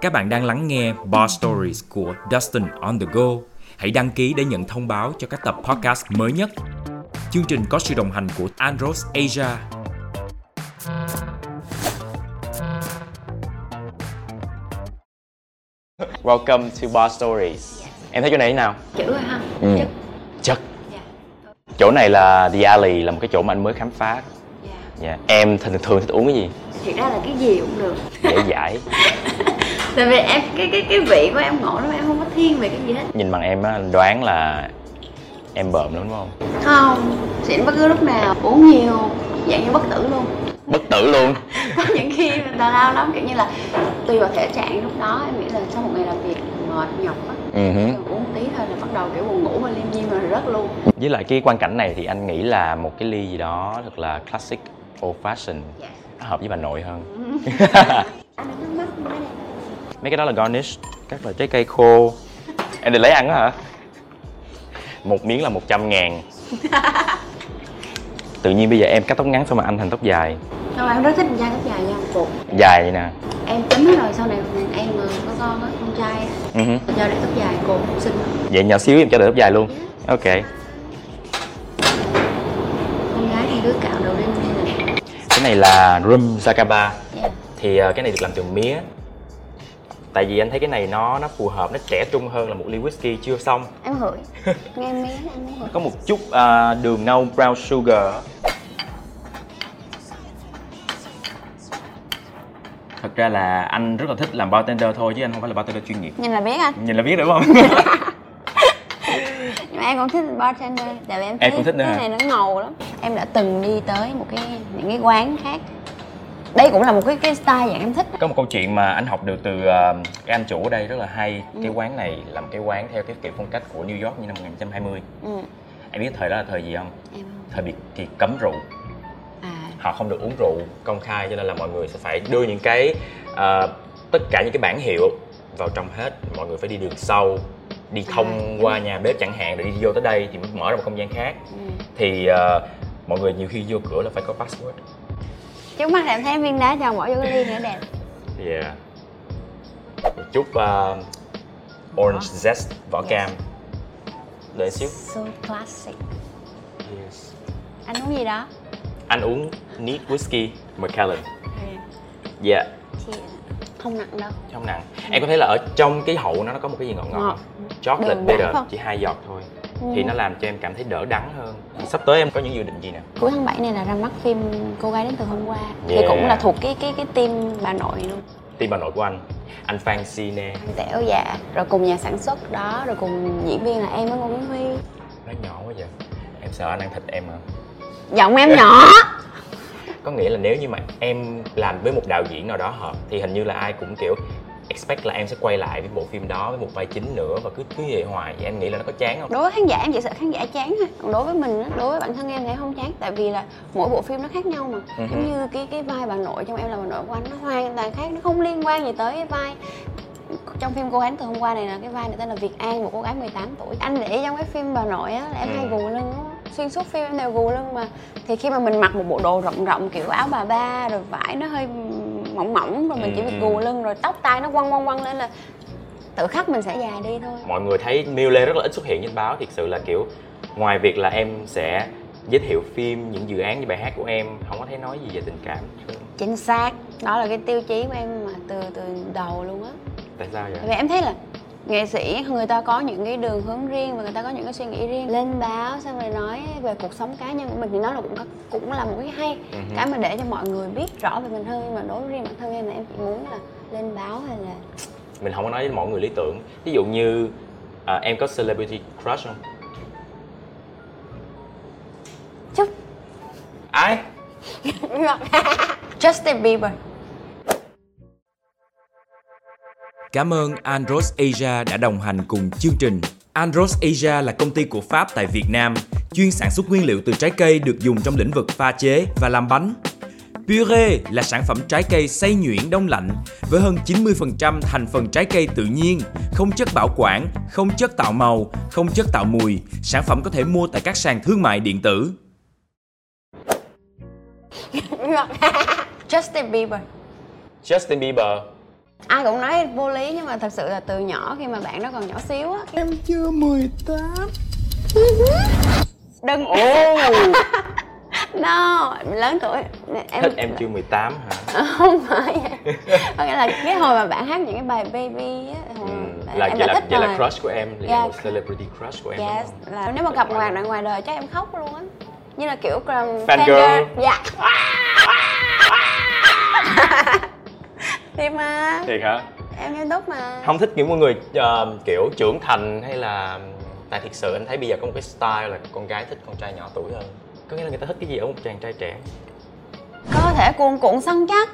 Các bạn đang lắng nghe Bar Stories của Dustin on the Go. Hãy đăng ký để nhận thông báo cho các tập podcast mới nhất. Chương trình có sự đồng hành của Andros Asia. Welcome to Bar Stories. Em thấy chỗ này thế nào? chữ thôi ha Ừ. chất Chất. dạ Chỗ này là The Alley, là một cái chỗ mà anh mới khám phá. dạ Dạ. Em thường thường thích uống cái gì? thiệt ra là cái gì cũng được Dễ dãi. tại vì em cái cái cái vị của em ngộ lắm em không có thiên về cái gì hết Nhìn bằng em á, anh đoán là em bợm lắm đúng không? không xỉn bất cứ lúc nào uống nhiều dạng như bất tử luôn Bất tử luôn. có những khi mình tào lao lắm kiểu như là tùy vào thể trạng lúc đó em nghĩ là sau một ngày làm việc mệt nhọc á Ừ hử. rồi uống tí thôi là bắt đầu kiểu buồn ngủ và liêm diêm rồi rớt luôn Với lại cái quan cảnh này thì anh nghĩ là một cái ly gì đó thật là classic old fashion dạ nó hợp với bà nội hơn. anh đừng nhắm mắt nữa nè Mấy cái đó là garnish, các loại trái cây khô. Em định lấy ăn đó hả? Một miếng là 100 ngàn. Tự nhiên bây giờ em cắt tóc ngắn xong mà anh thành tóc dài. Thôi mà em rất thích da tóc dài da một cục dài vậy nè em tính rồi sau này em mà có con á con trai á Ừ hử. do để tóc dài cột xinh lắm. vậy nhỏ xíu em cho được tóc dài luôn ok con gái hay đứa cạo đầu đinh hay là cái này là rum sakaba yeah. thì ờ, cái này được làm từ mía tại vì anh thấy cái này nó nó phù hợp nó trẻ trung hơn là một ly whisky chưa xong em hửi nghe mía em muốn hửi có một chút ờ, đường nâu brown sugar thật ra là anh rất là thích làm bartender thôi chứ anh không phải là bartender chuyên nghiệp nhìn là biết anh nhìn là biết đúng không nhưng mà em cũng thích bartender tại vì em, Em thấy cũng thích nữa cái hả? này nó ngầu lắm em đã từng đi tới một cái những cái quán khác đây cũng là một cái cái style dạng em thích có một câu chuyện mà anh học được từ ờ, cái anh chủ ở đây rất là hay Ừ. cái quán này là một cái quán theo cái kiểu phong cách của New York như năm 1920 ừ em biết thời đó là thời gì không em không thời biệt kỳ cấm rượu à họ không được uống rượu công khai cho nên là mọi người sẽ phải đưa những cái ờ, tất cả những cái bảng hiệu vào trong hết mọi người phải đi đường sâu đi thông À. qua nhà bếp chẳng hạn rồi đi vô tới đây thì mới mở ra một không gian khác ừ. thì ờ, mọi người nhiều khi vô cửa là phải có password trước mắt là em thấy em viên đá cho bỏ vô cái ly nữa đẹp Yeah. Một chút uh, orange zest vỏ Yes. cam. Để xíu. so classic anh uống gì đó Anh uống neat whisky Macallan. Dạ, thì Ừ. không nặng đâu trong nặng. Em có thấy là ở trong cái hậu nó nó có một cái gì ngọt ngọt. Ngọt. Chocolate Đường bitter đắng không? chỉ hai giọt thôi. Ừ. Thì nó làm cho em cảm thấy đỡ đắng hơn. Sắp tới em có những dự định gì nè? cuối tháng 7 này là ra mắt phim cô gái đến từ hôm qua thì Yeah. cũng là thuộc cái cái cái team bà nội luôn Tim bà nội của anh, anh Phan Cine anh Tẻo dạ rồi cùng nhà sản xuất đó rồi cùng diễn viên là em với Ngô Nguyễn Huy nó nhỏ quá vậy. Em sợ anh ăn thịt em hả? giọng em nhỏ có nghĩa là nếu như mà em làm với một đạo diễn nào đó hợp thì hình như là ai cũng kiểu expect là em sẽ quay lại với bộ phim đó với một vai chính nữa và cứ cứ vậy hoài vậy em nghĩ là nó có chán không đối với khán giả em chỉ sợ khán giả chán thôi còn đối với mình á, đối với bản thân em thì em không chán tại vì là mỗi bộ phim nó khác nhau mà Ừ hử. giống như cái cái vai bà nội trong em là bà nội của anh nó hoàn toàn khác nó không liên quan gì tới cái vai trong phim cô gái từ hôm qua này là cái vai này tên là Việt An một cô gái 18 tuổi anh để ý trong cái phim bà nội á là em Ừ. hay gù lưng lắm á. xuyên suốt phim em đều gù lưng mà thì khi mà mình mặc một bộ đồ rộng rộng kiểu áo bà ba rồi vải nó hơi mỏng mỏng rồi mình chỉ Ừ, việc ừ. gù lưng rồi tóc tai nó quăng quăng quăng lên là tự khắc mình sẽ già đi thôi mọi người thấy Miu Lê rất là ít xuất hiện trên báo thiệt sự là kiểu ngoài việc là em sẽ giới thiệu phim những dự án như bài hát của em không có thấy nói gì về tình cảm chính xác đó là cái tiêu chí của em mà từ từ đầu luôn á tại sao Tại vậy vì em thấy là nghệ sĩ người ta có những cái đường hướng riêng và người ta có những cái suy nghĩ riêng lên báo xong rồi nói về cuộc sống cá nhân của mình thì nó là cũng có- cũng là một cái hay Ừ hử. cái mà để cho mọi người biết rõ về mình hơn nhưng mà đối với riêng bản thân em là em chỉ muốn là lên báo hay là mình không có nói với mọi người lý tưởng ví dụ như à, em có celebrity crush không chút ai Justin Bieber Cảm ơn Andros Asia đã đồng hành cùng chương trình. Andros Asia là công ty của Pháp tại Việt Nam, chuyên sản xuất nguyên liệu từ trái cây được dùng trong lĩnh vực pha chế và làm bánh. Puree là sản phẩm trái cây xay nhuyễn đông lạnh với hơn 90% thành phần trái cây tự nhiên, không chất bảo quản, không chất tạo màu, không chất tạo mùi. Sản phẩm có thể mua tại các sàn thương mại điện tử. Justin Bieber Justin Bieber ai cũng nói vô lý nhưng mà thật sự là từ nhỏ khi mà bạn đó còn nhỏ xíu á em chưa 18 đừng no lớn tuổi em À, thích em chưa 18 hả không phải vậy. có nghĩa là cái hồi mà bạn hát những cái bài baby á hồi ừ. mà là em vậy đã là thích vậy rồi là crush của em là Dạ. một celebrity crush của em đúng yes không? là nếu mà gặp ngoài đời ngoài đời chắc em khóc luôn á như là kiểu um, Fan girl. dạ thì mà thiệt hả em nghiêm túc mà không thích những mọi người ờ, kiểu trưởng thành hay là tại thiệt sự anh thấy bây giờ có một cái style là con gái thích con trai nhỏ tuổi hơn có nghĩa là người ta thích cái gì ở một chàng trai trẻ có thể cuồn cuộn săn chắc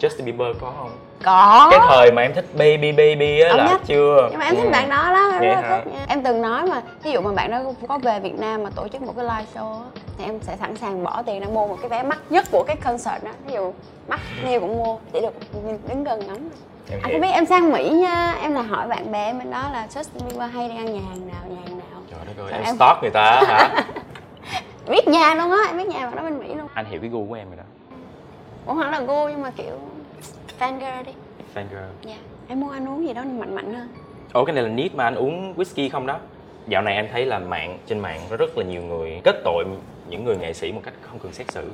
Justin Bieber có không có cái thời mà em thích baby baby á Ông là nhất. chưa nhưng mà em thích Ừ. bạn đó lắm em Vậy rất là hả? thích nha. em từng nói mà ví dụ mà bạn đó có về Việt Nam mà tổ chức một cái live show á, thì em sẽ sẵn sàng bỏ tiền ra mua một cái vé mắc nhất của cái concert đó ví dụ mắc nhiều cũng mua chỉ được đứng gần ngắm em anh hiểu À, không biết em sang Mỹ nha em là hỏi bạn bè em bên đó là Justin Bieber hay đi ăn nhà hàng nào nhà hàng nào trời đất ơi em, Em- stalk người ta hả biết nhà luôn á em biết nhà bạn đó bên Mỹ luôn anh hiểu cái gu của em rồi đó cũng hẳn là gu nhưng mà kiểu fan girl đi fan girl dạ em muốn ăn uống gì đó mạnh mạnh hơn Ủa cái này là nít mà anh uống whisky không đó Dạo này anh thấy là mạng trên mạng có rất là nhiều người kết tội những người nghệ sĩ một cách không cần xét xử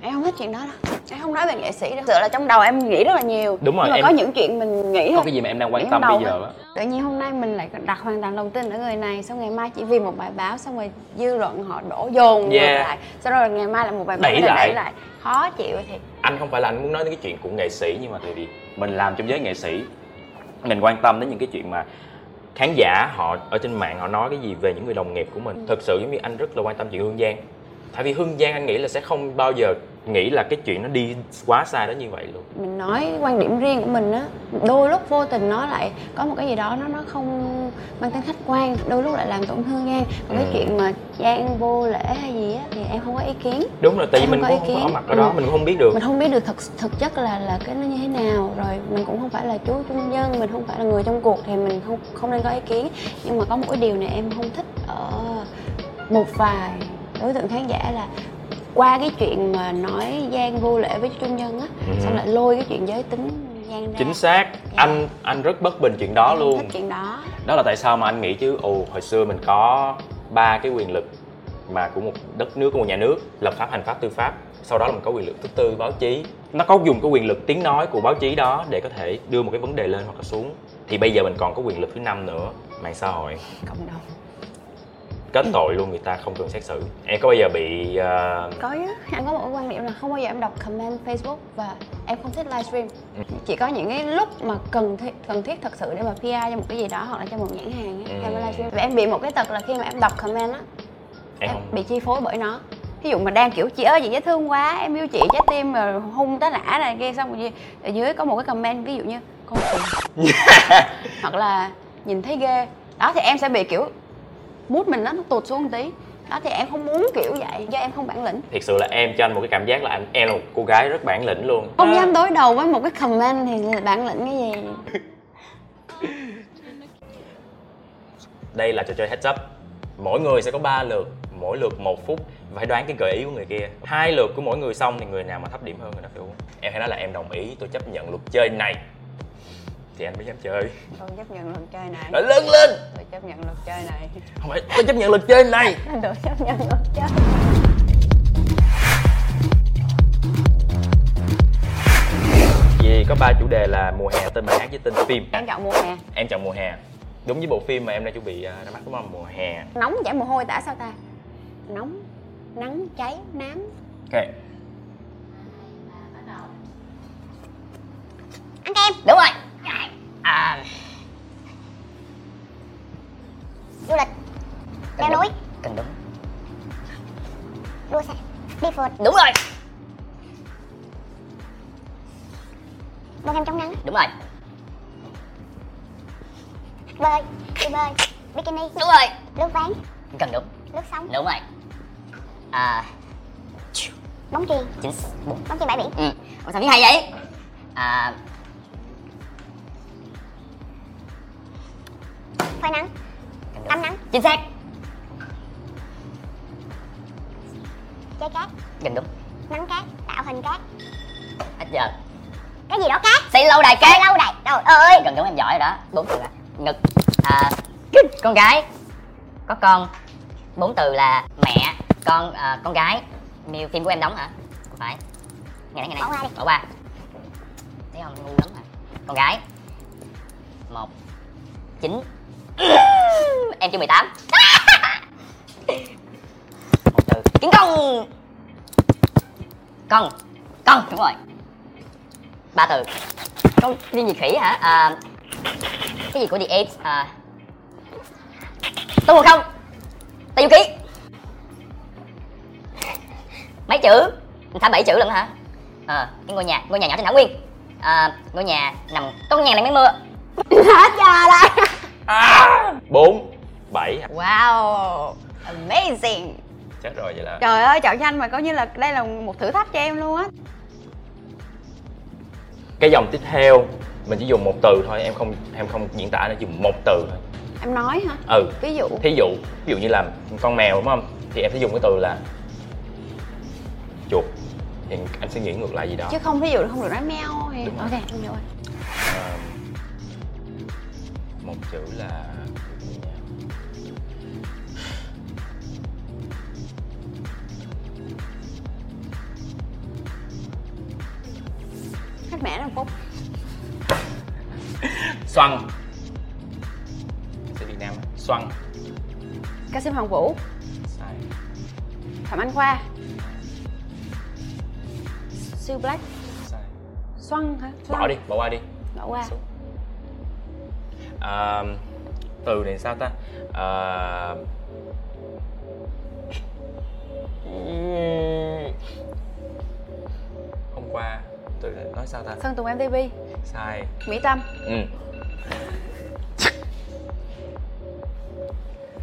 em không thích chuyện đó đâu em không nói về nghệ sĩ đâu Thật sự là trong đầu em nghĩ rất là nhiều Đúng rồi, nhưng mà em- có những chuyện mình nghĩ Có thôi cái gì mà em đang Nghĩ quan em tâm đầu bây giờ á tự nhiên hôm nay mình lại đặt hoàn toàn lòng tin ở người này xong ngày mai chỉ vì một bài báo xong rồi dư luận họ đổ dồn ngược Yeah. lại xong rồi ngày mai là một bài báo Đẩy lại lại. đẩy lại khó chịu thiệt Anh không phải là anh muốn nói đến cái chuyện của nghệ sĩ Nhưng mà tại vì mình làm trong giới nghệ sĩ Mình quan tâm đến những cái chuyện mà khán giả họ ở trên mạng họ nói cái gì về những người đồng nghiệp của Ừ. mình Thực sự giống như anh rất là quan tâm chuyện Hương Giang Tại vì Hương Giang anh nghĩ là sẽ không bao giờ nghĩ là cái chuyện nó đi quá xa đến như vậy luôn mình nói quan điểm riêng của mình á đôi lúc vô tình nó lại có một cái gì đó nó nó không mang tính khách quan đôi lúc lại làm tổn thương Giang còn cái Ừ. chuyện mà Giang vô lễ hay gì á thì em không có ý kiến Đúng rồi, tại vì Em mình có cũng không ý có ở kiến. mặt ở đó, Ừ. mình cũng không biết được mình không biết được thực thực chất là là cái nó như thế nào rồi mình cũng không phải là chú trung dân mình không phải là người trong cuộc thì mình không không nên có ý kiến nhưng mà có một cái điều này em không thích ở một vài đối tượng khán giả là qua cái chuyện mà nói Giang vô lễ với trung dân á Ừ. xong lại lôi cái chuyện giới tính Giang ra chính xác anh anh rất bất bình chuyện đó Em không luôn thích chuyện đó đó là tại sao mà anh nghĩ chứ ồ hồi xưa mình có ba cái quyền lực mà của một đất nước của một nhà nước lập pháp hành pháp tư pháp sau đó là mình có quyền lực thứ tư báo chí nó có dùng cái quyền lực tiếng nói của báo chí đó để có thể đưa một cái vấn đề lên hoặc là xuống thì bây giờ mình còn có quyền lực thứ năm nữa mạng xã hội cộng đồng kết tội luôn người ta không cần xét xử em có bao giờ bị ờ, có chứ em có một cái quan điểm là không bao giờ em đọc comment Facebook và em không thích livestream Ừ. chỉ có những cái lúc mà cần thiết cần thiết thật sự để mà PR cho một cái gì đó hoặc là cho một nhãn hàng á, Ừ. em mới livestream và em bị một cái tật là khi mà em đọc comment á em em không bị chi phối bởi nó ví dụ mà đang kiểu chị ơi chị dễ thương quá em yêu chị trái tim mà hung tá lả này kia xong rồi gì- ở dưới có một cái comment ví dụ như con tiền hoặc là nhìn thấy ghê đó thì em sẽ bị kiểu mút mình nó nó tụt xuống một tí đó thì em không muốn kiểu vậy do em không bản lĩnh thiệt sự là em cho anh một cái cảm giác là anh em là một cô gái rất bản lĩnh luôn Ờ. không dám đối đầu với một cái comment thì là bản lĩnh cái gì Đây là trò chơi heads up. Mỗi người sẽ có 3 lượt, mỗi lượt 1 phút và hãy đoán cái gợi ý của người kia. Hai lượt của mỗi người xong thì người nào mà thấp điểm hơn người đó phải uống. Em hãy nói là em đồng ý, tôi chấp nhận luật chơi này. Thì anh mới dám chơi. tôi chấp nhận luật chơi này Nói lớn lên. tôi chấp nhận luật chơi này Không phải tôi chấp nhận luật chơi này. tôi chấp nhận luật chơi Vì có ba chủ đề là mùa hè tên bài hát với tên phim. em chọn mùa hè Em chọn mùa hè. Đúng với bộ phim mà em đang chuẩn bị à, ra mắt đúng không? Mùa hè. nóng chảy mồ hôi tả sao ta nóng nắng cháy nám Ok. ăn kem đúng rồi à. du lịch leo núi cần đúng đua xe đi phượt đúng rồi bơi kem chống nắng đúng rồi bơi đi bơi bikini đúng rồi lướt ván cần đúng lướt sóng đúng rồi à bóng chuyền chính xác. Bốn. bóng chuyền bãi biển ừ Ủa sao biết hay vậy à phơi nắng cần đúng tắm nắng chính xác chơi cát cần đúng nắm cát tạo hình cát hết giờ cái gì đó cát xì lâu đài cái cát lâu đài trời ơi gần giống em giỏi rồi đó bốn từ là ngực à, con gái có con bốn từ là mẹ con à, con gái miêu phim của em đóng hả không phải ngày nãy ngày nãy Bỏ qua đi. bỏ qua thấy không ngu lắm hả con gái một chín em chưa 18 một từ kiến công con con đúng rồi ba từ con đi gì khỉ hả à, cái gì của The Apes à tôi không Tây Du Ký mấy chữ thả bảy chữ lận hả ờ cái ngôi nhà ngôi nhà nhỏ trên thảo nguyên à, ngôi nhà nằm có ngàn này mấy mưa hết giờ rồi bốn bảy Wow Amazing chết rồi vậy là Trời ơi chọn nhanh mà coi như là đây là một thử thách cho em luôn á cái dòng tiếp theo mình chỉ dùng một từ thôi em không em không diễn tả nữa dùng một từ thôi Em nói hả? ừ Ví dụ thí dụ ví dụ như là con mèo đúng không thì em sẽ dùng cái từ là chuột thì anh sẽ nghĩ ngược lại gì đó Chứ không ví dụ không được nói meo thì Đúng rồi. Ok không được Ờ, một chữ là Hết mẻ rồi Phúc xoăn sẽ việt nam á. xoăn Ca sĩ Hoàng Vũ sai Phạm Anh Khoa Siêu Black sai Xoăn hả? Xoăn. bỏ đi bỏ qua đi Bỏ qua Xuống. Ờ, từ này sao ta Ờ, hôm qua từ này nói sao ta Sơn Tùng MTV sai Mỹ Tâm ừ.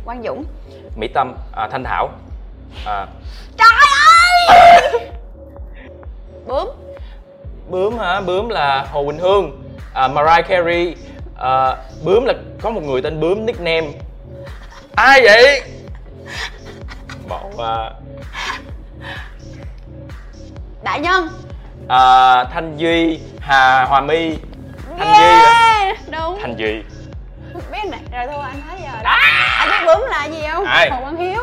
Quang Dũng mỹ tâm à, thanh thảo à, Bướm bướm hả bướm là hồ quỳnh hương à, mariah carey à, bướm là có một người tên bướm nickname ai vậy bỏ qua Đại Nhân à, thanh duy hà hòa my thanh duy hả? Đúng thanh duy biết này rồi thôi anh thấy giờ đó anh biết bướm là gì không À! Ai? Hồ Quang Hiếu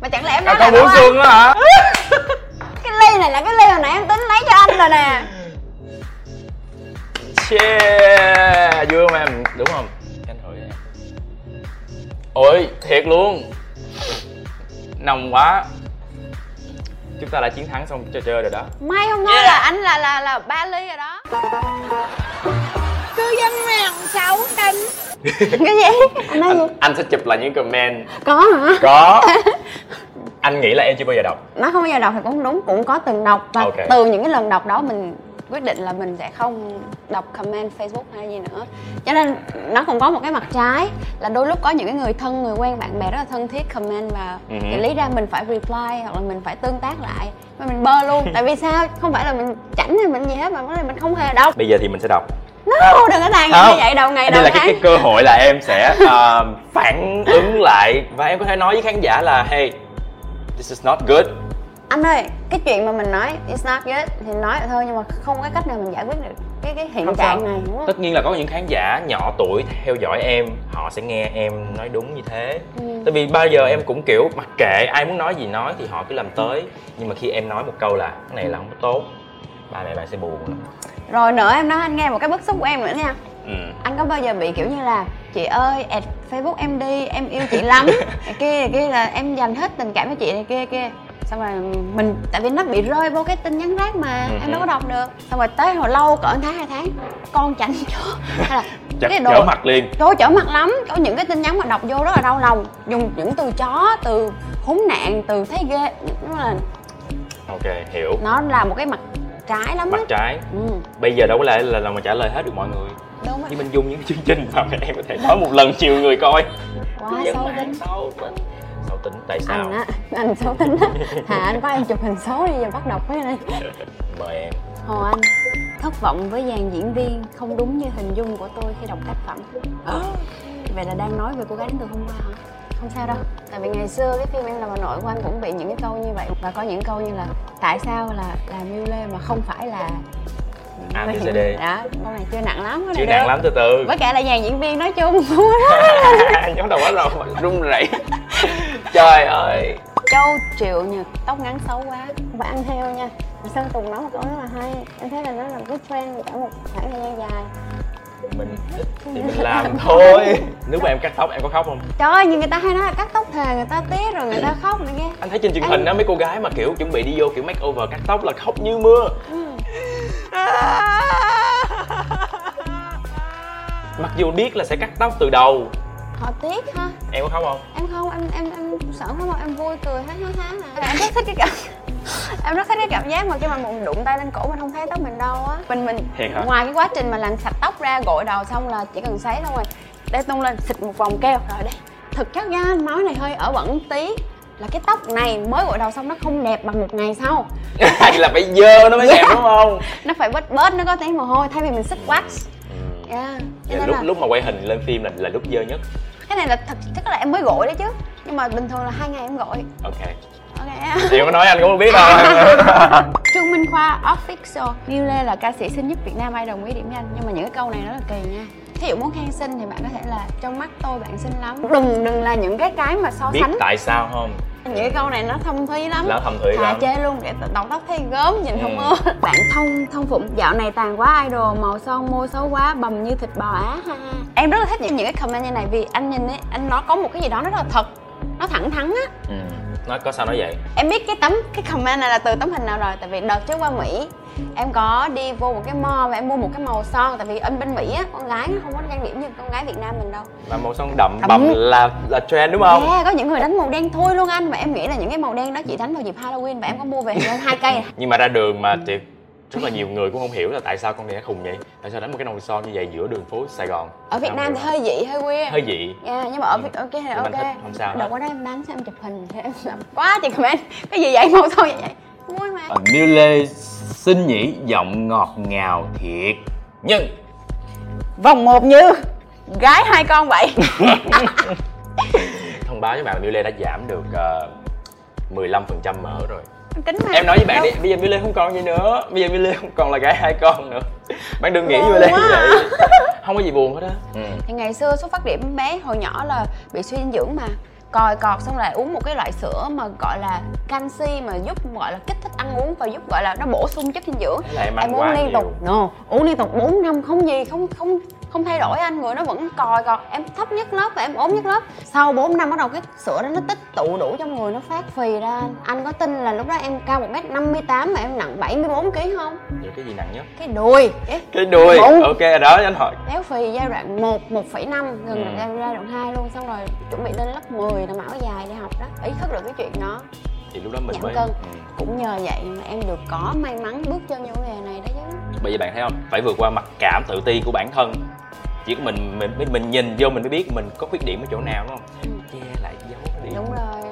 mà chẳng lẽ em nói à, là con bướm Hồ xuân á hả Quang- cái ly này là cái ly hồi nãy em tính lấy cho anh rồi nè yeah vui không em đúng không anh hỏi em ôi thiệt luôn nồng quá chúng ta đã chiến thắng xong trò chơi rồi đó may không nói là anh là là là ba ly rồi đó cứ dân mèo xấu đánh cái gì anh nói anh, gì anh sẽ chụp lại những comment có hả có anh nghĩ là em chưa bao giờ đọc nó không bao giờ đọc thì cũng không đúng cũng có từng đọc và Ok. từ những cái lần đọc đó mình quyết định là mình sẽ không đọc comment Facebook hay gì nữa cho nên nó cũng có một cái mặt trái là đôi lúc có những cái người thân người quen bạn bè rất là thân thiết comment vào Ừ. thì lý ra mình phải reply hoặc là mình phải tương tác lại mà mình bơ luôn tại vì sao không phải là mình chảnh hay mình gì hết mà vấn đề mình không hề đọc bây giờ thì mình sẽ đọc no đừng có làm như Không. vậy đầu ngày đây đầu là cái, tháng cái cơ hội là em sẽ ờ, phản ứng lại và em có thể nói với khán giả là hey this is not good anh ơi cái chuyện mà mình nói it's not good thì nói vậy thôi nhưng mà không có cách nào mình giải quyết được cái cái hiện Không trạng sao. này đúng không tất nhiên là có những khán giả nhỏ tuổi theo dõi em họ sẽ nghe em nói đúng như thế Ừ. tại vì bao giờ em cũng kiểu mặc kệ ai muốn nói gì nói thì họ cứ làm tới nhưng mà khi em nói một câu là cái này là không có tốt ba mẹ bạn sẽ buồn lắm rồi nữa em nói anh nghe một cái bức xúc của em nữa nha ừ. anh có bao giờ bị kiểu như là chị ơi add facebook em đi em yêu chị lắm này kia này kia là em dành hết tình cảm với chị này kia kia xong rồi mình tại vì nó bị rơi vô cái tin nhắn rác mà Ừ. em đâu có đọc được xong rồi tới hồi lâu cỡ tháng hai tháng con chảnh chó hay là chặt cái trở đồ mặt liền tôi trở mặt lắm có những cái tin nhắn mà đọc vô rất là đau lòng dùng những từ chó từ khốn nạn từ thấy ghê nó là ok hiểu nó là một cái mặt trái lắm á mặt trái ừ bây giờ đâu có lẽ là, là mà trả lời hết được mọi người đúng rồi nhưng mình dùng những chương trình mà các em có thể nói một lần chiều người coi quá Dân sâu mạng tính sâu tính sâu tính tại sao anh á anh xấu tính á hà anh có em chụp hình xấu đi rồi bắt đọc với anh mời em hồ anh thất vọng với dàn diễn viên không đúng như hình dung của tôi khi đọc tác phẩm vậy là đang nói về cô gái đến từ hôm qua hả không sao đâu tại vì ngày xưa cái phim em là bà nội của anh cũng bị những cái câu như vậy và có những câu như là tại sao là là miêu lê mà không phải là A B À, C D đó câu này chưa nặng lắm chịu nặng lắm từ từ với cả là dàn diễn viên nói chung nhóm đầu bắt đầu run rẩy trời ơi châu triệu nhật tóc ngắn xấu quá và ăn heo nha Mà sơn tùng nói một câu rất là hay em thấy là nó là một cái trend cả một khoảng thời gian dài mình thì mình làm thôi nếu mà em cắt tóc em có khóc không trời ơi nhưng người ta hay nói là cắt tóc thề người ta tiếc rồi người ta khóc nữa nghe anh thấy trên truyền hình á mấy cô gái mà kiểu chuẩn bị đi vô kiểu make over cắt tóc là khóc như mưa mặc dù biết là sẽ cắt tóc từ đầu họ tiếc ha em có khóc không em không em em em sợ không mà em vui cười hết hết hết à. em rất thích cái cảm em rất thích cái cảm giác mà khi mà mình đụng tay lên cổ mình không thấy tóc mình đâu á mình mình Thiệt hả? ngoài cái quá trình mà làm sạch tóc ra gội đầu xong là chỉ cần sấy thôi để tung lên xịt một vòng keo rồi đây thực chất nha nói này hơi ở bẩn tí là cái tóc này mới gội đầu xong nó không đẹp bằng một ngày sau hay là phải dơ nó mới đẹp đúng không nó phải bết bết nó có tí mồ hôi thay vì mình xịt wax yeah. Cho Vậy Ừ. nên lúc là lúc mà quay hình lên phim là là lúc dơ nhất cái này là thực chất là em mới gội đấy chứ nhưng mà bình thường là hai ngày em gội ok ok chị có nói anh cũng không biết đâu Trương Minh Khoa Official Miu Lê là ca sĩ xinh nhất Việt Nam ai đồng ý điểm danh Nhưng mà những cái câu này rất là kỳ nha Thí dụ muốn khen xinh thì bạn có thể là Trong mắt tôi bạn xinh lắm Đừng đừng là những cái cái mà so biết sánh tại sao không Những cái câu này nó thông thúy lắm Nó thâm thủy Ờ, Thà lắm. chê luôn để đầu tóc thấy gớm nhìn không Ừ. ưa Bạn thông thông phụng dạo này tàn quá idol Màu son môi xấu quá bầm như thịt bò á ha ha. Em rất là thích những, những cái comment như này Vì anh nhìn ấy, anh nó có một cái gì đó rất là thật Nó thẳng thắn á ừ. nó có sao nói vậy em biết cái tấm cái comment này là từ tấm hình nào rồi tại vì đợt trước qua mỹ em có đi vô một cái mall và em mua một cái màu son tại vì ở bên mỹ á con gái nó không có trang điểm như con gái việt nam mình đâu mà màu son đậm Đậm. Dạ. bầm là là trend đúng không yeah, có những người đánh màu đen thui luôn anh mà em nghĩ là những cái màu đen đó chỉ đánh vào dịp halloween và em có mua về hơn hai cây nhưng mà ra đường mà thì rất là nhiều người cũng không hiểu là tại sao con này nó khùng vậy tại sao đánh một cái nồi son như vậy giữa đường phố sài gòn ở việt Không nam hiểu thì lắm. hơi dị hơi queer hơi dị Yeah, nhưng mà ở Việt ok là Nhưng mà ok thích, không sao đợt hết. qua đó em đánh xong em chụp hình em làm quá chị comment cái gì vậy màu son vậy vậy vui mà miêu Ờ, lê xinh nhỉ giọng ngọt ngào thiệt nhưng vòng một như gái hai con vậy thông báo với bạn là miêu lê đã giảm được ờ, 15% mỡ rồi em tính mà em nói với bạn Đâu- đi bây giờ miêu lê không còn gì nữa bây giờ miêu lê không còn là gái hai con nữa bạn đừng nghĩ miêu lê Buồn như quá. vậy không có gì buồn hết á ừ. thì ngày xưa xuất phát điểm em bé hồi nhỏ là bị suy dinh dưỡng mà còi cọt xong là uống một cái loại sữa mà gọi là canxi mà giúp gọi là kích thích ăn uống và giúp gọi là nó bổ sung chất dinh dưỡng Thế là em ăn em uống quá liên nhiều tục no uống liên tục 4 năm không gì không không không thay đổi anh người nó vẫn còi cọt em thấp nhất lớp và em ốm nhất lớp sau 4 năm bắt đầu cái sữa đó nó tích tụ đủ trong người nó phát phì ra anh. anh có tin là lúc đó em cao một m 58 mà em nặng 74 kg không Vậy cái gì nặng nhất cái đùi cái cái đuôi Bụng. ok đó anh hỏi béo phì giai đoạn 1, 1,5 gần Ừ. giai đoạn 2 luôn xong rồi chuẩn bị lên lớp 10 là mão dài đi học đó ý thức được cái chuyện đó thì lúc đó mình Giảm mới cân. Ừ. cũng nhờ vậy mà em được có may mắn bước chân vô cái nghề này đó chứ Ừ. bây giờ bạn thấy không phải vượt qua mặc cảm tự ti của bản thân chỉ có mình mình mình, mình nhìn vô mình mới biết mình có khuyết điểm ở chỗ nào đúng Ừ. không che lại giấu đi đúng rồi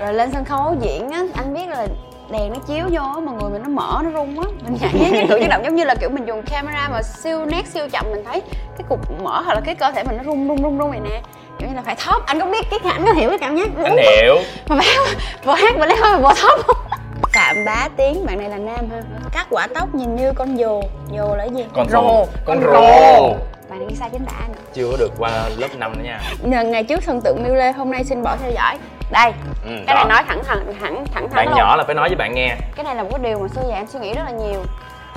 rồi lên sân khấu diễn á anh biết là đèn nó chiếu vô á, mà người mình nó mở nó rung á mình nhảy với cái kiểu kích động giống như là kiểu mình dùng camera mà siêu nét siêu chậm mình thấy cái cục mở hoặc là cái cơ thể mình nó rung rung rung rung vậy nè kiểu như là phải thóp anh có biết cái anh có hiểu cái cảm giác anh hiểu mà bán vừa hát vừa lấy hơi vừa thấp phạm bá tiến bạn này là nam ha cắt quả tóc nhìn như con dồ dồ là cái gì Con rồ rồ. Con rồ. bạn này đi sai chính tả nữa chưa có được qua lớp 5 nữa nha Nè, ngày trước thần tượng miêu lê hôm nay xin bỏ theo dõi đây ừ, đó. cái này nói thẳng thẳng thẳng thẳng thẳng bạn luôn nhỏ là phải nói với bạn nghe cái này là một cái điều mà xưa giờ em suy nghĩ rất là nhiều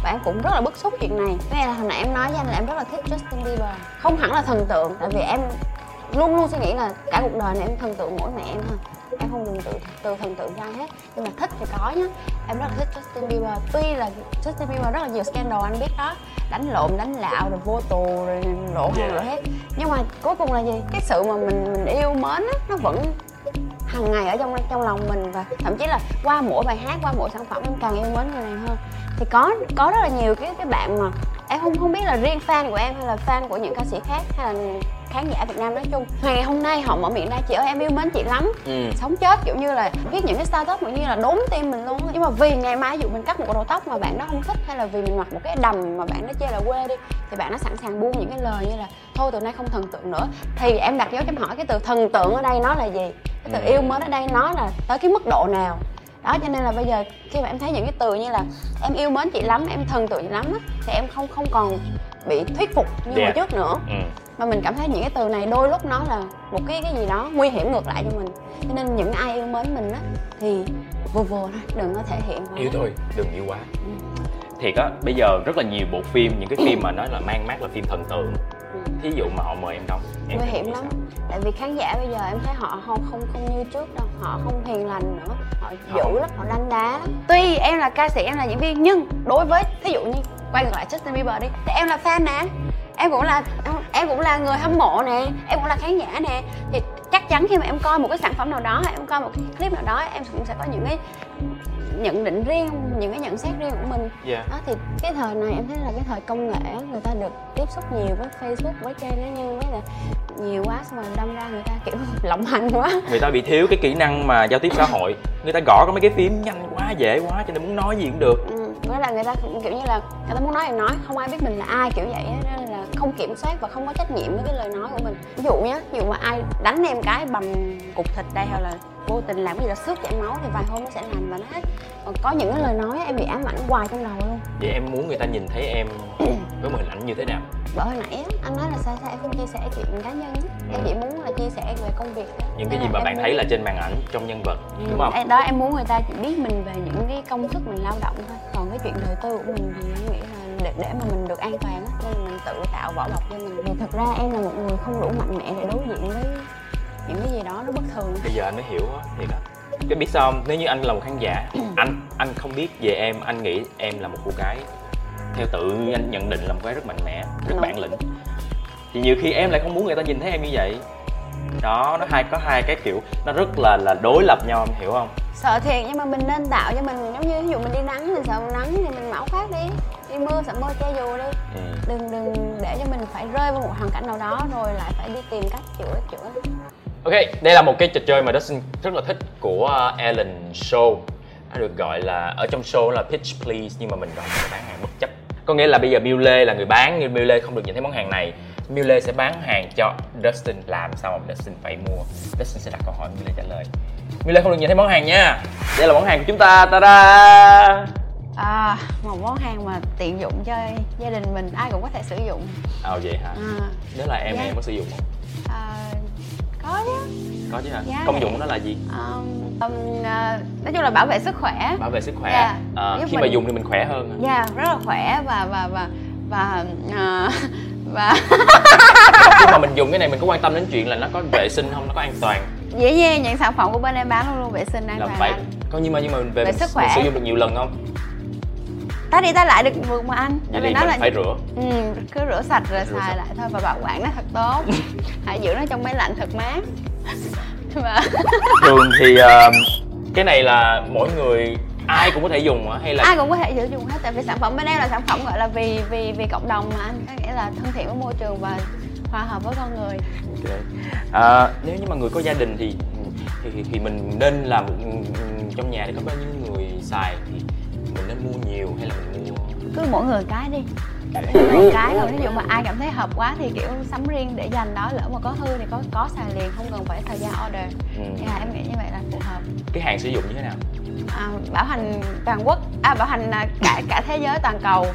và em cũng rất là bức xúc chuyện này cái này là hồi nãy em nói với anh là em rất là thích Justin Bieber không hẳn là thần tượng tại vì em luôn luôn suy nghĩ là cả cuộc đời này em thần tượng mỗi mẹ em thôi em không dùng từ từ thần tượng ra hết nhưng mà thích thì có nhá em rất là thích Justin Bieber tuy là Justin Bieber rất là nhiều scandal anh biết đó đánh lộn đánh lạo rồi vô tù rồi lộ hàng rồi hết nhưng mà cuối cùng là gì cái sự mà mình mình yêu mến á nó vẫn hàng ngày ở trong trong lòng mình và thậm chí là qua mỗi bài hát qua mỗi sản phẩm em càng yêu mến người này hơn thì có có rất là nhiều cái cái bạn mà em không không biết là riêng fan của em hay là fan của những ca sĩ khác hay là khán giả Việt Nam nói chung ngày hôm nay họ mở miệng ra chị ơi em yêu mến chị lắm ừ. sống chết kiểu như là viết những cái status mà như là đốn tim mình luôn á. nhưng mà vì ngày mai ví dụ mình cắt một đầu tóc mà bạn đó không thích hay là vì mình mặc một cái đầm mà bạn đó chê là quê đi thì bạn nó sẵn sàng buông những cái lời như là thôi từ nay không thần tượng nữa thì em đặt dấu chấm hỏi cái từ thần tượng ở đây nó là gì cái từ Ừ. yêu mến ở đây nó là tới cái mức độ nào đó cho nên là bây giờ khi mà em thấy những cái từ như là em yêu mến chị lắm em thần tượng chị lắm á, thì em không không còn bị thuyết phục như Dạ. hồi trước nữa ừ. mà mình cảm thấy những cái từ này đôi lúc nó là một cái cái gì đó nguy hiểm ngược lại cho mình cho nên những ai yêu mến mình á thì vừa vừa thôi đừng có thể hiện quá yêu thôi đừng yêu quá thiệt á bây giờ rất là nhiều bộ phim những cái phim mà nói là mang mát là phim thần tượng Ừ. thí dụ mà họ mời em đóng em nguy thấy hiểm nghĩ lắm sao? tại vì khán giả bây giờ em thấy họ không không không như trước đâu họ không hiền lành nữa họ Họ- dữ lắm họ đanh đá lắm tuy em là ca sĩ em là diễn viên nhưng đối với thí dụ như quay ngược lại Justin Bieber đi thì em là fan nè em cũng là em, em cũng là người hâm mộ nè em cũng là khán giả nè thì chắc chắn khi mà em coi một cái sản phẩm nào đó em coi một cái clip nào đó em cũng sẽ có những cái nhận định riêng những cái nhận xét riêng của mình dạ đó thì cái thời này em thấy là cái thời công nghệ á, người ta được tiếp xúc nhiều với facebook với trên nó nhưng với là nhiều quá xong rồi đâm ra người ta kiểu lộng hành quá người ta bị thiếu cái kỹ năng mà giao tiếp xã hội người ta gõ có mấy cái phím nhanh quá dễ quá cho nên muốn nói gì cũng được ừ, với là người ta cũng kiểu như là người ta muốn nói thì nói không ai biết mình là ai kiểu vậy á nên là không kiểm soát và không có trách nhiệm với cái lời nói của mình ví dụ nhá ví dụ mà ai đánh em cái bầm cục thịt đây hoặc là vô tình làm cái gì đó xước chảy máu thì vài hôm nó sẽ lành và nó hết còn có những cái lời nói á, em bị ám ảnh hoài trong đầu luôn vậy em muốn người ta nhìn thấy em với một hình ảnh như thế nào bởi hồi nãy á, anh nói là sao sao em không chia sẻ chuyện cá nhân á. em Ừ. chỉ muốn là chia sẻ về công việc thôi. những Nên cái gì là mà em bạn muốn- thấy là trên màn ảnh trong nhân vật Ừ, đúng không em- đó em muốn người ta chỉ biết mình về những cái công sức mình lao động thôi còn cái chuyện đời tư của mình thì em nghĩ là để, để mà mình được an toàn á nên mình tự tạo vỏ bọc cho mình vì thật ra em là một người không đủ mạnh mẽ để đối diện với những cái gì đó nó bất thường bây giờ anh mới hiểu á thiệt á cái biết sao không nếu như anh là một khán giả anh anh không biết về em anh nghĩ em là một cô gái theo tự anh nhận định là một cái rất mạnh mẽ rất Đúng. bản lĩnh thì nhiều khi em lại không muốn người ta nhìn thấy em như vậy đó nó hai có hai cái kiểu nó rất là là đối lập nhau em hiểu không sợ thiệt nhưng mà mình nên tạo cho mình giống như ví dụ mình đi nắng thì sợ nắng thì mình mão khoác đi đi mưa sợ mưa che dù đi ừ. đừng đừng để cho mình phải rơi vào một hoàn cảnh nào đó rồi lại phải đi tìm cách chữa chữa Ok, đây là một cái trò chơi mà Dustin rất là thích của uh, Ellen Show Nó được gọi là, ở trong show là Pitch Please nhưng mà mình gọi là bán hàng bất chấp Có nghĩa là bây giờ Miu Lê là người bán nhưng Miu Lê không được nhìn thấy món hàng này Miu Lê sẽ bán hàng cho Dustin làm sao mà Dustin phải mua Dustin sẽ đặt câu hỏi Miu Lê trả lời Miu Lê không được nhìn thấy món hàng nha Đây là món hàng của chúng ta, ta da à, một món hàng mà tiện dụng cho gia đình mình ai cũng có thể sử dụng À vậy hả? à, Nếu là em Dạ. em có sử dụng không? à, có chứ Có chứ hả? Dạ. Công dụng của nó là gì? Ờm, ờm, à, nói chung là bảo vệ sức khỏe Bảo vệ sức khỏe Dạ. Ờ, Giúp Khi mà mình- dùng thì mình khỏe hơn hả? dạ rất là khỏe và và và và à, và khi mà mình dùng cái này mình có quan tâm đến chuyện là nó có vệ sinh không nó có an toàn dễ dàng những sản phẩm của bên em bán luôn luôn vệ sinh an là toàn phải anh. có nhưng mà nhưng mà mình về Về mình, sức mình khỏe. sử dụng được nhiều lần không tá đi tá lại được vượt mà anh vậy thì mình phải rửa ừ, cứ rửa sạch rồi Rửa xài sạch. lại thôi và bảo quản nó thật tốt hãy giữ nó trong máy lạnh thật mát và thường thì ờ, cái này là mỗi người ai cũng có thể dùng hả hay là ai cũng có thể sử dụng hết tại vì sản phẩm bên em là sản phẩm gọi là vì vì vì cộng đồng mà anh có nghĩa là thân thiện với môi trường và hòa hợp với con người Ok. Ờ, nếu như mà người có gia đình thì thì, thì, thì mình nên làm ừ, trong nhà thì có bao nhiêu người xài thì mình nên mua nhiều hay là mình mua cứ mỗi người cái đi mỗi Ừ. người cái rồi ví dụ mà ai cảm thấy hợp quá thì kiểu sắm riêng để dành đó lỡ mà có hư thì có có xài liền không cần phải thời gian order ừ. nhưng mà em nghĩ như vậy là phù hợp cái hàng sử dụng như thế nào à, bảo hành toàn quốc à bảo hành à, cả cả thế giới toàn cầu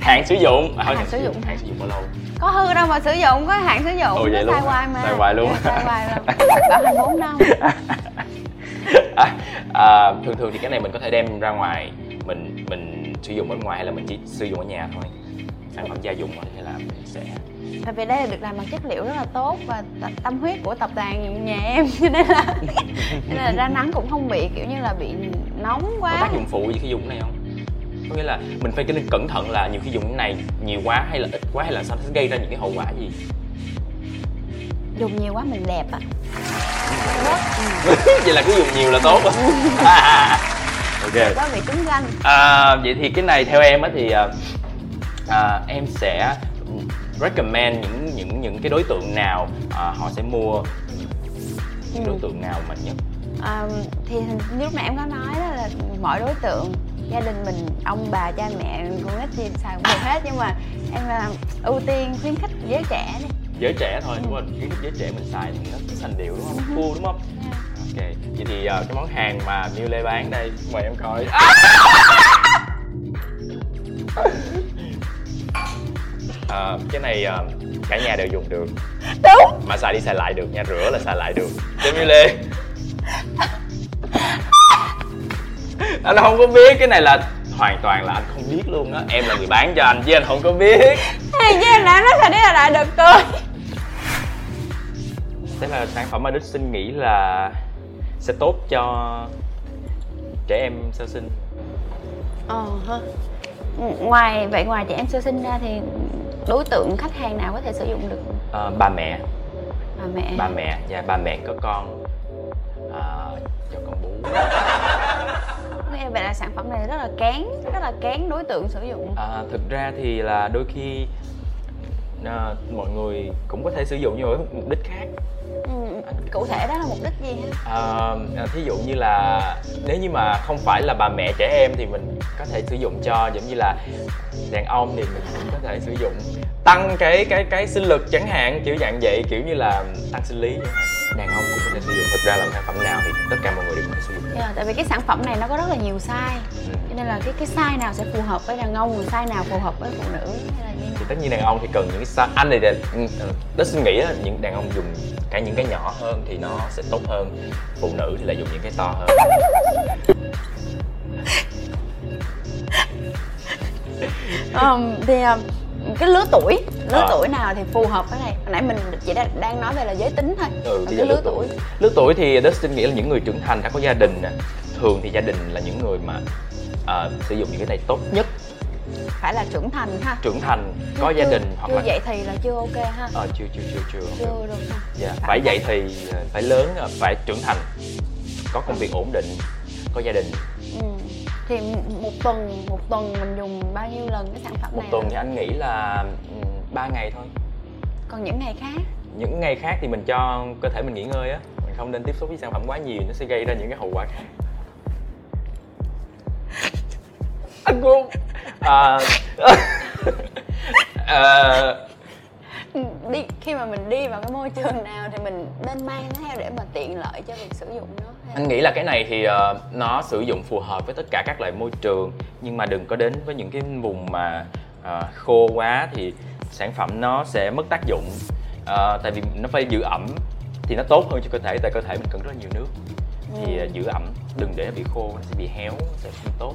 hàng sử dụng à, Hàng hàng sử dụng hả? hàng sử dụng bao lâu có hư đâu mà sử dụng có hạn sử dụng Ồ, vậy luôn nó xài hả? hoài mà Xài hoài luôn. Dạ, xài hoài luôn bảo hành bốn năm à, à, thường thường thì cái này mình có thể đem ra ngoài mình mình sử dụng ở ngoài hay là mình chỉ sử dụng ở nhà thôi sản phẩm gia dụng thôi hay là mình sẽ tại vì đây là được làm bằng chất liệu rất là tốt và t- tâm huyết của tập đoàn nhà em cho nên là cho nên là ra nắng cũng không bị kiểu như là bị nóng có quá tác dụng phụ gì khi dùng cái này không có nghĩa là mình phải nên cẩn thận là nhiều khi dùng cái này nhiều quá hay là ít quá hay là sao nó sẽ gây ra những cái hậu quả gì dùng nhiều quá mình đẹp á vậy là cứ dùng nhiều là tốt ok quá bị trúng ganh à, vậy thì cái này theo em á thì à, à, em sẽ recommend những những những cái đối tượng nào à, họ sẽ mua những Ừ. đối tượng nào mạnh nhất à, thì hình- như lúc nãy em có nói đó là mọi đối tượng gia đình mình ông bà cha mẹ con nít gì xài cũng được hết nhưng mà em là ưu tiên khuyến khích giới trẻ đi giới trẻ thôi đúng không khuyến khích giới trẻ mình xài thì nó xanh điệu đúng không cool đúng không ok vậy thì ờ, cái món hàng mà Miu Lê bán đây mời em coi Ờ, cái này ờ, cả nhà đều dùng được đúng mà xài đi xài lại được nhà rửa là xài lại được cho Miu Lê anh không có biết cái này là hoàn toàn là anh không biết luôn á em là người bán cho anh chứ anh không có biết thì chứ em đã nói là đây là đại đực cười Thế là sản phẩm mà Đức xin nghĩ là sẽ tốt cho trẻ em sơ sinh ờ ha ngoài vậy ngoài trẻ em sơ sinh ra thì đối tượng khách hàng nào có thể sử dụng được Ờ, bà mẹ bà mẹ bà mẹ và bà mẹ có con Ờ, cho con bú Nghe vậy là sản phẩm này rất là kén rất là kén đối tượng sử dụng Ờ, thực ra thì là đôi khi ờ, mọi người cũng có thể sử dụng nhưng với mục đích khác ừ. cụ thể đó là mục đích gì ha Ờ, à, thí dụ như là nếu như mà không phải là bà mẹ trẻ em thì mình có thể sử dụng cho giống như là đàn ông thì mình cũng có thể sử dụng tăng cái cái cái sinh lực chẳng hạn kiểu dạng vậy kiểu như là tăng sinh lý chẳng hạn. đàn ông cũng có thể sử dụng thực ra là sản phẩm nào thì tất cả mọi người đều có thể sử dụng yeah, Dạ, tại vì cái sản phẩm này nó có rất là nhiều size cho nên là cái cái size nào sẽ phù hợp với đàn ông size nào phù hợp với phụ nữ hay là như thì tất nhiên đàn ông thì cần những cái size anh này Ừ, là đó suy nghĩ là những đàn ông dùng cả những cái nhỏ hơn thì nó sẽ tốt hơn phụ nữ thì là dùng những cái to hơn Ờm, thì ờm, cái lứa tuổi lứa Ờ. tuổi nào thì phù hợp với này hồi nãy mình chỉ đã, đang nói về là giới tính thôi ừ, Còn bây giờ cái lứa tuổi lứa tuổi thì Dustin nghĩ là những người trưởng thành đã có gia đình nè thường thì gia đình là những người mà ờ, sử dụng những cái này tốt nhất phải là trưởng thành ha trưởng thành có Chưa- gia chưa- đình hoặc chưa là vậy thì là chưa ok ha Ờ, chưa chưa chưa chưa không được. chưa được ha Dạ, phải vậy thì ờ, phải lớn ờ, phải trưởng thành có công việc ổn định có gia đình ừ. thì m- một tuần một tuần mình dùng bao nhiêu lần cái sản phẩm một này tuần thì anh nghĩ là ừm, ba ngày thôi còn những ngày khác những ngày khác thì mình cho cơ thể mình nghỉ ngơi á mình không nên tiếp xúc với sản phẩm quá nhiều nó sẽ gây ra những cái hậu quả khác anh buồn à, à, Ừ, đi khi mà mình đi vào cái môi trường nào thì mình nên mang nó theo để mà tiện lợi cho việc sử dụng nó hay là- anh nghĩ là cái này thì ờ, nó sử dụng phù hợp với tất cả các loại môi trường nhưng mà đừng có đến với những cái vùng mà ờ, khô quá thì sản phẩm nó sẽ mất tác dụng Ờ, tại vì nó phải giữ ẩm thì nó tốt hơn cho cơ thể tại cơ thể mình cần rất là nhiều nước thì ờ, giữ ẩm đừng để nó bị khô nó sẽ bị héo nó sẽ không tốt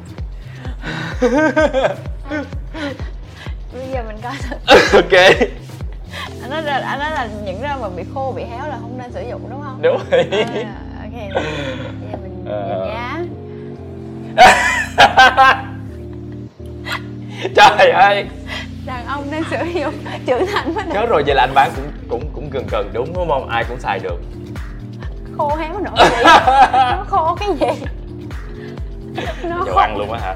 bây giờ mình coi thử ok anh nói là anh nói là những rau mà bị khô bị héo là không nên sử dụng đúng không đúng rồi à, ok bây giờ mình Ờ. nhìn giá trời ơi đàn ông nên sử dụng trưởng thành mới được đó rồi vậy là anh bán cũng cũng cũng gần gần đúng đúng không ai cũng xài được khô héo nổi gì nó khô cái gì nó Dầu khô ăn luôn á hả?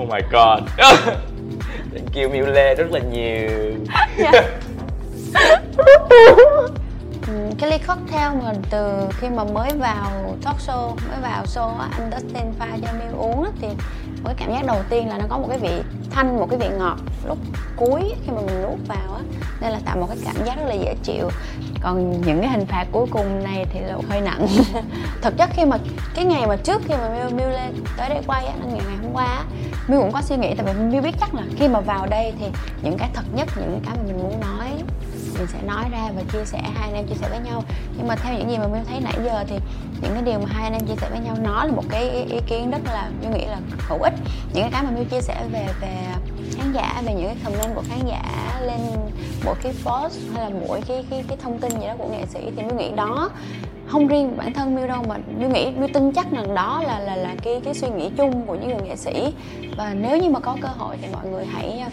Oh my god Thank you Miu Lê rất là nhiều Ừ, cái ly cocktail mà từ khi mà mới vào talk show mới vào show á, anh Dustin pha cho Miu uống á, thì với cảm giác đầu tiên là nó có một cái vị thanh một cái vị ngọt lúc cuối khi mà mình nuốt vào á nên là tạo một cái cảm giác rất là dễ chịu còn những cái hình phạt cuối cùng này thì là hơi nặng thực chất khi mà cái ngày mà trước khi mà Miu, Miu lên tới đây quay á là ngày ngày hôm qua á Miu cũng có suy nghĩ tại vì Miu biết chắc là khi mà vào đây thì những cái thật nhất những cái mà mình muốn nói mình sẽ nói ra và chia sẻ hai anh em chia sẻ với nhau nhưng mà theo những gì mà Miu thấy nãy giờ thì những cái điều mà hai anh em chia sẻ với nhau nó là một cái ý, ý kiến rất là Miu nghĩ là hữu ích những cái mà Miu chia sẻ về về khán giả về những cái comment của khán giả lên mỗi cái post hay là mỗi cái cái cái thông tin gì đó của nghệ sĩ thì Miu nghĩ đó không riêng bản thân Miu đâu mà Miu nghĩ Miu tin chắc rằng đó là là là cái cái suy nghĩ chung của những người nghệ sĩ và nếu như mà có cơ hội thì mọi người hãy ờ,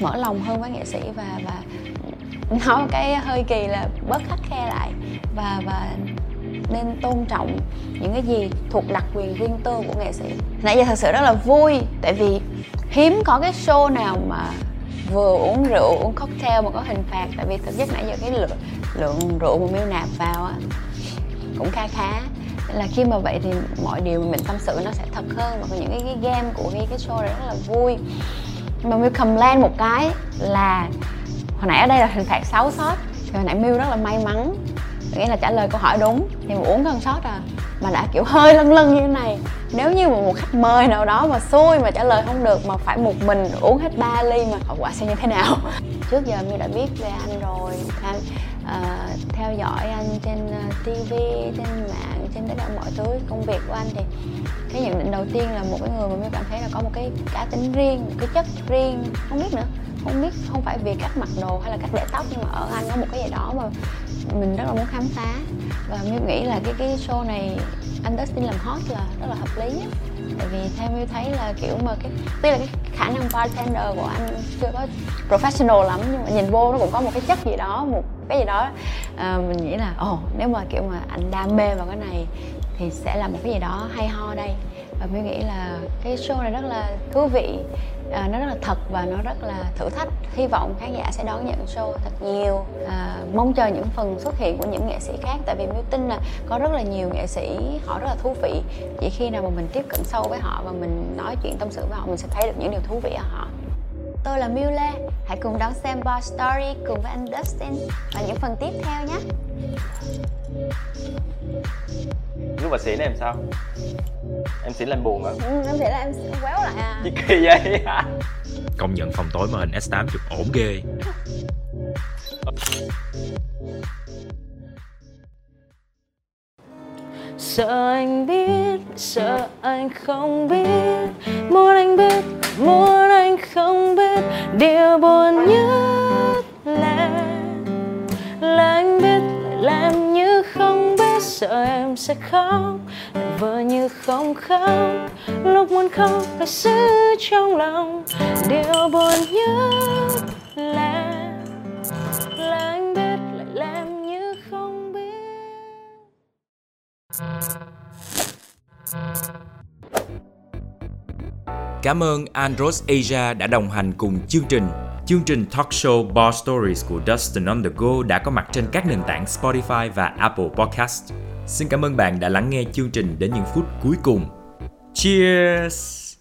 mở lòng hơn với nghệ sĩ và và nói một cái hơi kỳ là bớt khắt khe lại và và nên tôn trọng những cái gì thuộc đặc quyền riêng tư của nghệ sĩ nãy giờ thật sự rất là vui tại vì hiếm có cái show nào mà vừa uống rượu uống cocktail mà có hình phạt tại vì thực chất nãy giờ cái lượng, lượng rượu mà miêu nạp vào á cũng kha khá nên là khi mà vậy thì mọi điều mà mình tâm sự nó sẽ thật hơn và có những cái, cái game của cái, cái show này rất là vui mà Miu cầm lên một cái là hồi nãy ở đây là hình phạt 6 shot thì hồi nãy Miu rất là may mắn nghĩa là trả lời câu hỏi đúng thì một uống cân sót à mà đã kiểu hơi lân lân như thế này nếu như mà một khách mời nào đó mà xui mà trả lời không được mà phải một mình uống hết 3 ly mà hậu quả sẽ như thế nào trước giờ mình đã biết về anh rồi anh ờ, theo dõi anh trên ờ, TV trên mạng trên tất cả mọi thứ công việc của anh thì cái nhận định đầu tiên là một cái người mà mình cảm thấy là có một cái cá tính riêng một cái chất riêng không biết nữa không biết không phải vì cách mặc đồ hay là cách để tóc nhưng mà ở anh có một cái gì đó mà mình rất là muốn khám phá và Miu nghĩ là cái cái show này anh Dustin làm hot là rất là hợp lý á tại vì theo Miu thấy là kiểu mà cái tuy là cái khả năng bartender của anh chưa có professional lắm nhưng mà nhìn vô nó cũng có một cái chất gì đó một cái gì đó à, mình nghĩ là ồ nếu mà kiểu mà anh đam mê vào cái này thì sẽ là một cái gì đó hay ho đây và Miu nghĩ là cái show này rất là thú vị à, nó rất là thật và nó rất là thử thách hy vọng khán giả sẽ đón nhận show thật nhiều à, mong chờ những phần xuất hiện của những nghệ sĩ khác tại vì Miu tin là có rất là nhiều nghệ sĩ họ rất là thú vị chỉ khi nào mà mình tiếp cận sâu với họ và mình nói chuyện tâm sự với họ mình sẽ thấy được những điều thú vị ở họ tôi là Miu Lê hãy cùng đón xem Bar Story cùng với anh Dustin và những phần tiếp theo nhé lúc mà xỉn em sao em xỉn lên buồn hả ừ, em thấy là em sẽ quéo lại à Gì kỳ vậy Công nhận phòng tối màn hình S8 chụp ổn ghê Sợ anh biết, sợ anh không biết Muốn anh biết, muốn anh không biết Điều buồn nhất là Là anh biết, lại làm như không biết Sợ em sẽ khóc, lại vờ như không khóc Lúc muốn khóc, phải giữ trong lòng Điều buồn nhất là Là anh biết, lại làm như không biết Cảm ơn Andros Asia đã đồng hành cùng chương trình. Chương trình talk show Bar Stories của Dustin on the Go đã có mặt trên các nền tảng Spotify và Apple Podcast. Xin cảm ơn bạn đã lắng nghe chương trình đến những phút cuối cùng. Cheers!